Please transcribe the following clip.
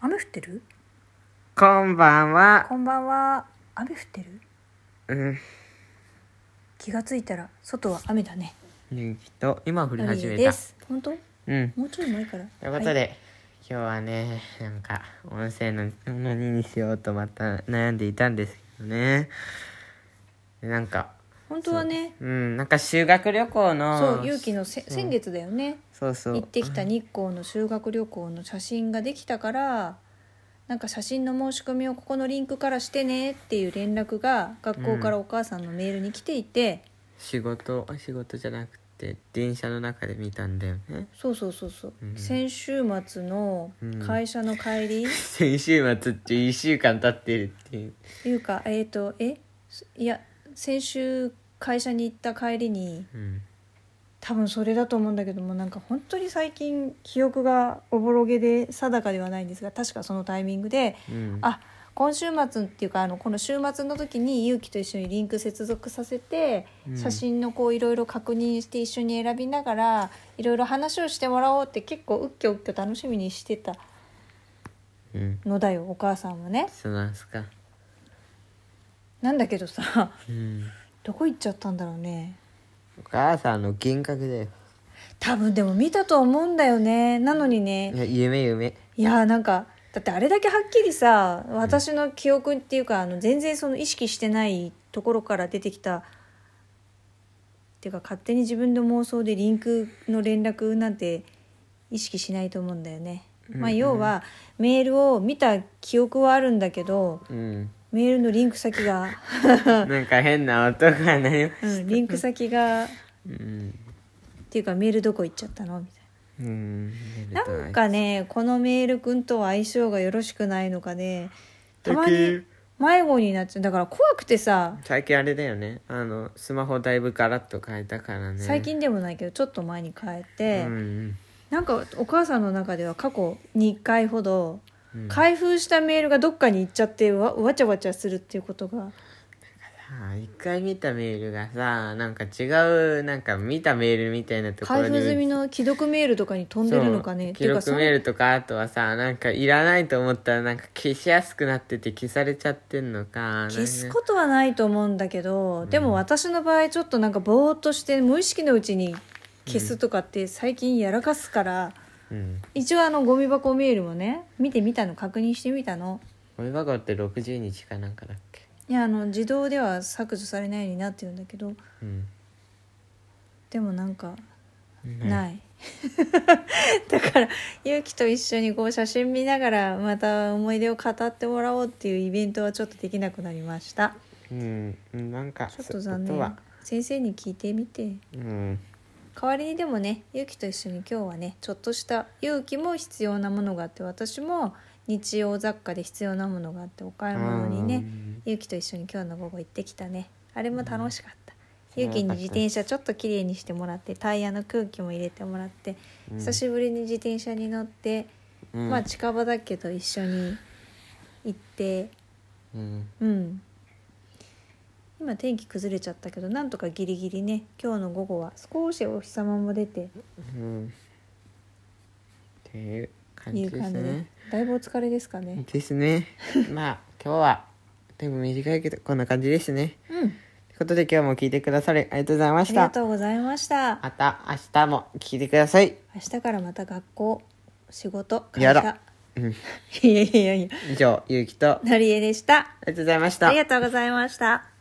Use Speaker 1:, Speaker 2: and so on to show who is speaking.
Speaker 1: 雨降ってる
Speaker 2: こんばんは。
Speaker 1: こんばんは雨降ってる
Speaker 2: うん。
Speaker 1: 気がついたら外は雨だね
Speaker 2: ゆきと、今降り
Speaker 1: 雨
Speaker 2: 始め
Speaker 1: で
Speaker 2: た。
Speaker 1: す本当も
Speaker 2: うん。
Speaker 1: うちょい前から
Speaker 2: ということで、今日はね、なんか、音声の何にしようとまた悩んでいたんですけどね。でなんか、
Speaker 1: 本当はね
Speaker 2: うん、なんか修学旅行の、
Speaker 1: そう勇気のせ先月だよね
Speaker 2: そうそう
Speaker 1: 行ってきた日光の修学旅行の写真ができたからなんか写真の申し込みをここのリンクからしてねっていう連絡が学校からお母さんのメールに来ていて、
Speaker 2: 仕事、仕事じゃなくて、電車の中で見たんだよね。
Speaker 1: そうそうそうそう、
Speaker 2: うん
Speaker 1: 先週末の会社の帰り、っ
Speaker 2: 先週末って1週間経ってるっていう。
Speaker 1: ていうかえっ、とえいや先週会社に行った帰りに
Speaker 2: うん。
Speaker 1: 多分それだと思うんだけどもなんか本当に最近記憶がおぼろげで定かではないんですが確かそのタイミングで
Speaker 2: うん。
Speaker 1: あ今週末っていうかあのこの週末の時に勇気と一緒にリンク接続させて、
Speaker 2: うん
Speaker 1: 写真のこういろいろ確認して一緒に選びながらいろいろ話をしてもらおうって結構うっきょうっきょ楽しみにしてた
Speaker 2: うん。
Speaker 1: のだよお母さんはね。
Speaker 2: そうなんすか。
Speaker 1: なんだけどさ
Speaker 2: うん。
Speaker 1: どこ行っちゃったんだろうね。
Speaker 2: お母さんの幻覚だよ。
Speaker 1: 多分でも見たと思うんだよねなのにね
Speaker 2: いや夢夢。
Speaker 1: いやーなんかだってあれだけはっきりさ私の記憶っていうか、あの全然その意識してないところから出てきたっていうか勝手に自分の妄想でリンクの連絡なんて意識しないと思うんだよね。まあ、要はメールを見た記憶はあるんだけど
Speaker 2: うん。
Speaker 1: メールのリンク先 が、
Speaker 2: なんか変な音が鳴りま
Speaker 1: う
Speaker 2: し。
Speaker 1: ん、リンク先がった
Speaker 2: うん。
Speaker 1: ていうかメールどこ行っちゃったのみたいな。
Speaker 2: うん。
Speaker 1: なんかねこのメールくんとは相性がよろしくないのかねたま
Speaker 2: だ
Speaker 1: に迷子になっちゃうだから怖くてさ
Speaker 2: 最近あれだよね。あのスマホだいぶガラッと変えたからね。
Speaker 1: 最近でもないけどちょっと前に変え
Speaker 2: う
Speaker 1: て、
Speaker 2: ん
Speaker 1: なんかお母さんの中では過去2回ほど
Speaker 2: うん。か
Speaker 1: 開封したメールがどっかに行っちゃってわわちゃわちゃするっていうことが
Speaker 2: さ一回見たメールがさなんか違うなんか見たメールみたいなところ
Speaker 1: 開
Speaker 2: に
Speaker 1: 封済みの既読メールとかに飛んでるのかね
Speaker 2: そう
Speaker 1: って
Speaker 2: 記
Speaker 1: いうか
Speaker 2: 録
Speaker 1: そ
Speaker 2: メー
Speaker 1: う
Speaker 2: ルとかあとはさなんかいらないと思ったらなんか消しやすくなってて消されちゃってんのか
Speaker 1: 消すことはないと思うんだけど、でも私の場合ちょっとなんかぼーっとして無意識のうちに消すとかって最近やらかすから。
Speaker 2: とうん
Speaker 1: 一応あのゴミ箱メールもね見てみたの確認してみたの
Speaker 2: ゴミ箱って60日かなんかだっけ
Speaker 1: いやあの自動では削除されないようになってるんだけど
Speaker 2: うん
Speaker 1: でもなんか
Speaker 2: い
Speaker 1: ない、 だからゆうきと一緒にこう写真見ながらまた思い出を語ってもらおうっていうイベントはちょっとできなくなりました
Speaker 2: うんなんか
Speaker 1: ちょっと残
Speaker 2: そこ
Speaker 1: 念
Speaker 2: は
Speaker 1: 先生に聞いてみて
Speaker 2: うん
Speaker 1: 代わりにでもね勇気と一緒に今日はねちょっとした勇気も必要なものがあって私も日用雑貨で必要なものがあってお買い物にね
Speaker 2: うん
Speaker 1: 勇気と一緒に今日の午後行ってきたねあれも楽しかった
Speaker 2: うん
Speaker 1: 勇気、に自転車ちょっときれいにしてもらってタイヤの空気も入れてもらって、
Speaker 2: うん
Speaker 1: 久しぶりに自転車に乗って、
Speaker 2: うん
Speaker 1: まあ近場だけど一緒に行って
Speaker 2: うん
Speaker 1: うん今天気崩れちゃったけどなんとかギリギリね今日の午後は少しお日様も出て
Speaker 2: うんっていう感
Speaker 1: い
Speaker 2: じ
Speaker 1: う
Speaker 2: です
Speaker 1: 感じで
Speaker 2: ね
Speaker 1: だいぶお疲れですかね
Speaker 2: ですね まあ今日はでも短いけどこんな感じですね
Speaker 1: うん
Speaker 2: ということで今日も聞いてくださりありがとうございま
Speaker 1: あ
Speaker 2: し
Speaker 1: り
Speaker 2: た
Speaker 1: がとうございました
Speaker 2: また明日も聞いてください
Speaker 1: 明日からまた学校仕事会社
Speaker 2: やだうん
Speaker 1: いやいやいや
Speaker 2: 以上ゆうきとあ
Speaker 1: のりえでした。
Speaker 2: りがとうございました
Speaker 1: ありがとうございました。